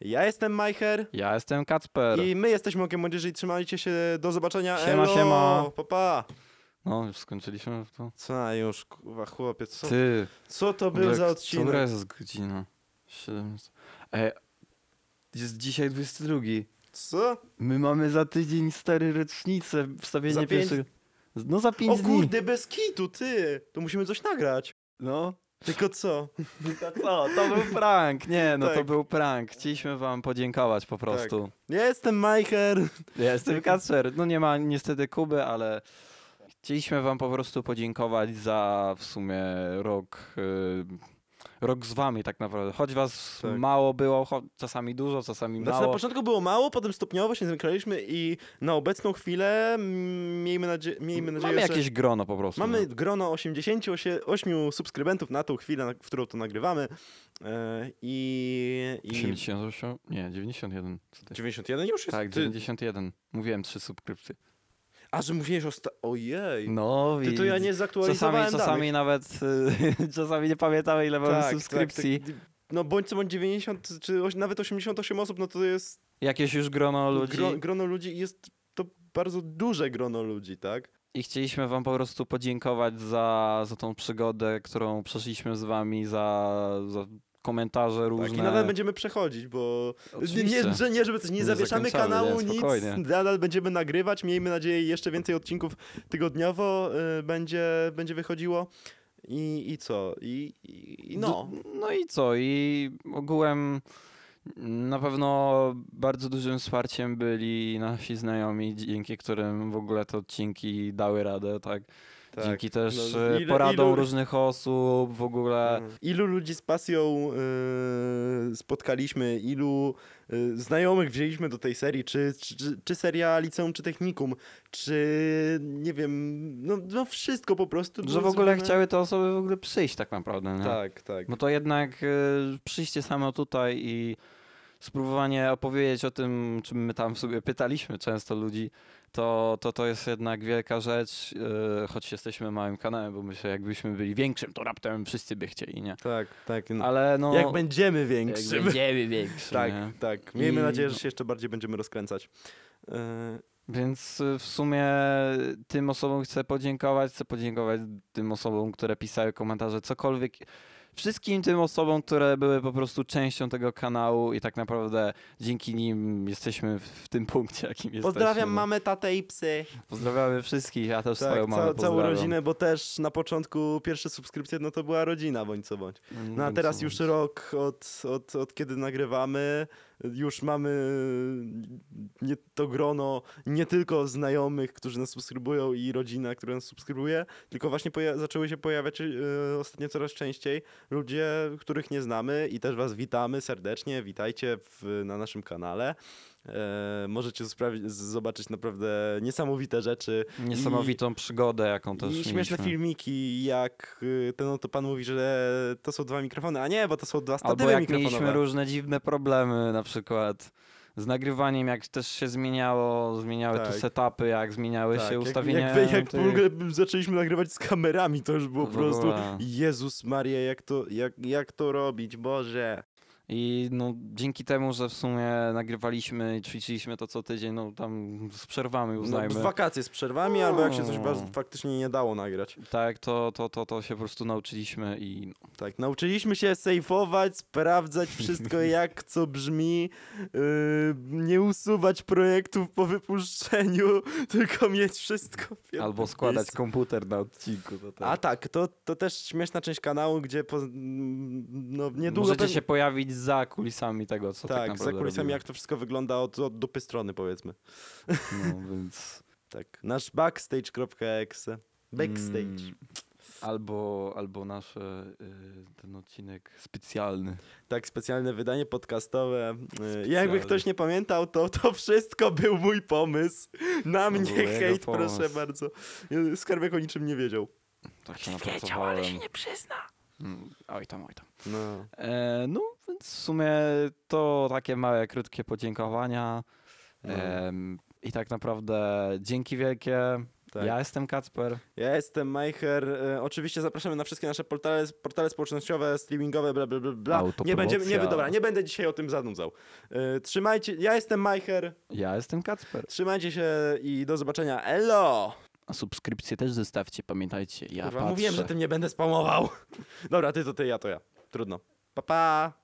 Ja jestem Majcher Ja jestem Kacper. i my jesteśmy Okiem Młodzieży i trzymajcie się, do zobaczenia, Siema, siema. pa pa. No, już skończyliśmy to. Co a już, kurwa, chłopie, co, Ty, co to był za odcinek? która jest godzina? 17. Ej, E, jest dzisiaj 22. Co? My mamy za tydzień stary rocznicę wstawienia Za pięć- pierwszego... No za 5 O dni. kurde, bez kitu, ty! To musimy coś nagrać. No. Tylko co? To co? To był prank. Nie, no to Tak. był prank. Chcieliśmy wam podziękować po prostu. Ja jestem Majcher. Ja Jestem Kacper. No nie ma niestety Kuby, ale chcieliśmy wam po prostu podziękować za w sumie rok, y, rok z wami tak naprawdę. Choć was Tak. mało było, cho- czasami dużo, czasami Znaczy na mało. początku było mało, potem stopniowo się zmykaliśmy i na obecną chwilę mm, miejmy, nadzie- miejmy nadzieję, Mamy że... jakieś grono po prostu. Mamy no. grono 88 subskrybentów na tą chwilę, na- w którą to nagrywamy. E, I. i 88? Nie, 91. Co ty? 91 już jest. Tak, ty, 91. Mówiłem trzy subskrypcje. a że mówiłeś o. Sta- Ojej. No ty to ja widz- nie Czasami, zaktualizowałem czasami nawet y, czasami nie pamiętamy ile mamy danych. subskrypcji. tak. No bądź co bądź 90, czy oś- nawet 88 osób, no to jest Jakieś już grono ludzi. Gro, grono ludzi i jest to bardzo duże grono ludzi, tak? I chcieliśmy wam po prostu podziękować za, za tą przygodę, którą przeszliśmy z wami, za, za komentarze różne. tak. I nadal będziemy przechodzić, bo Nie, Oczywiście. nie, że nie, żeby coś, nie, Nie zawieszamy zakończamy, kanału, nie, nic. spokojnie. Nadal będziemy nagrywać. Miejmy nadzieję, jeszcze więcej odcinków tygodniowo y, będzie, będzie wychodziło. I, i co? I, i i no. D- no i co? I ogółem na pewno bardzo dużym wsparciem byli nasi znajomi, dzięki którym w ogóle te odcinki dały radę, tak? Tak. Dzięki też No, e, ile- poradom ilu- różnych osób, w ogóle. Mm. Ilu ludzi z pasją y, spotkaliśmy, ilu y, znajomych wzięliśmy do tej serii, czy, czy, czy, czy seria liceum, czy technikum, czy nie wiem, no, no wszystko po prostu. Że było w ogóle zrobione- chciały te osoby w ogóle przyjść tak naprawdę, nie? Tak, tak. Bo to jednak e, przyjście samo tutaj i spróbowanie opowiedzieć o tym, czym my tam sobie pytaliśmy często ludzi, to to, to jest jednak wielka rzecz, e, choć jesteśmy małym kanałem, bo myślę, jakbyśmy byli większym, to raptem wszyscy by chcieli, nie? Tak, tak. No. Ale no... Jak będziemy jak większym. będziemy większym, Tak, nie? tak. Miejmy I- no. nadzieję, że się jeszcze bardziej będziemy rozkręcać. Y, Yy, Więc y, w sumie tym osobom chcę podziękować. Chcę podziękować tym osobom, które pisały komentarze, cokolwiek. Wszystkim tym osobom, które były po prostu częścią tego kanału i tak naprawdę dzięki nim jesteśmy w- w tym punkcie, jakim jesteśmy. Pozdrawiam mamę, tatę i psy. Pozdrawiamy wszystkich, ja też Tak, no. swoją mamę ca- całą pozdrawiam. rodzinę, bo też na początku pierwsze subskrypcje, no to była rodzina, bądź co bądź. Mm, No a więc teraz no, już rok od, od, od kiedy nagrywamy, już mamy nie, to grono nie tylko znajomych, którzy nas subskrybują i rodzina, która nas subskrybuje, tylko właśnie poja- zaczęły się pojawiać yy, ostatnio coraz częściej ludzie, których nie znamy i też was witamy serdecznie, witajcie w, na naszym kanale. E, możecie sprawi- zobaczyć naprawdę niesamowite rzeczy, Niesamowitą przygodę, jaką też i śmieszne mieliśmy. filmiki, jak y, ten oto pan mówi, że to są dwa mikrofony, a nie, bo to są dwa statywy Albo jak mikrofonowe. mieliśmy różne dziwne problemy, na przykład z nagrywaniem, jak też się zmieniało, zmieniały Tak. tu setupy, jak zmieniały Tak, się ustawienia. Jak, jak, jak w tych- ogóle zaczęliśmy nagrywać z kamerami, to już było po W prostu ogóle. Jezus Maria, jak to, jak, jak to robić, Boże. I no, dzięki temu, że w sumie nagrywaliśmy i ćwiczyliśmy to co tydzień, no tam z przerwami No, uznajmy. w wakacje z przerwami, albo jak się coś O. bardzo faktycznie nie dało nagrać. tak, to, to, to, to się po prostu nauczyliśmy i no, Tak, nauczyliśmy się sejfować, sprawdzać wszystko jak co brzmi, yy, nie usuwać projektów po wypuszczeniu, tylko mieć wszystko w jednym albo składać miejscu. komputer na odcinku. To A tak. tak, to, to też śmieszna część kanału, gdzie po, no, niedługo Możecie pewnie- się pojawić za kulisami tego, co tak, tak, naprawdę za kulisami robimy. jak to wszystko wygląda od, od dupy strony powiedzmy. No, więc... Tak, nasz backstage.exe. Backstage. Mm, albo, albo nasz ten odcinek specjalny. Tak, specjalne wydanie podcastowe. Y, Jakby Specjalne. ktoś nie pamiętał, to to wszystko był mój pomysł. Na mnie był jego hejt, pomysł. proszę bardzo. Y, Skarbek o niczym nie wiedział. Tak się napracowałem. ale się nie przyzna. Oj tam, oj tam. No. E, no, więc w sumie to takie małe, krótkie podziękowania. No. Em, I tak naprawdę dzięki wielkie. Tak. Ja jestem Kacper. Ja jestem Majcher. E, Oczywiście zapraszamy na wszystkie nasze portale, portale społecznościowe, streamingowe, bla, bla, bla, bla. Nie Autopromocja. będziemy, nie, dobra, nie będę dzisiaj o tym zanudzał. E, Trzymajcie, ja jestem Majcher, Ja jestem Kacper. trzymajcie się i do zobaczenia. Elo! A subskrypcję też zostawcie, pamiętajcie. Ja Kurwa, mówiłem, że tym nie będę spamował. Dobra, ty to ty, ja to ja. Trudno. Pa, pa!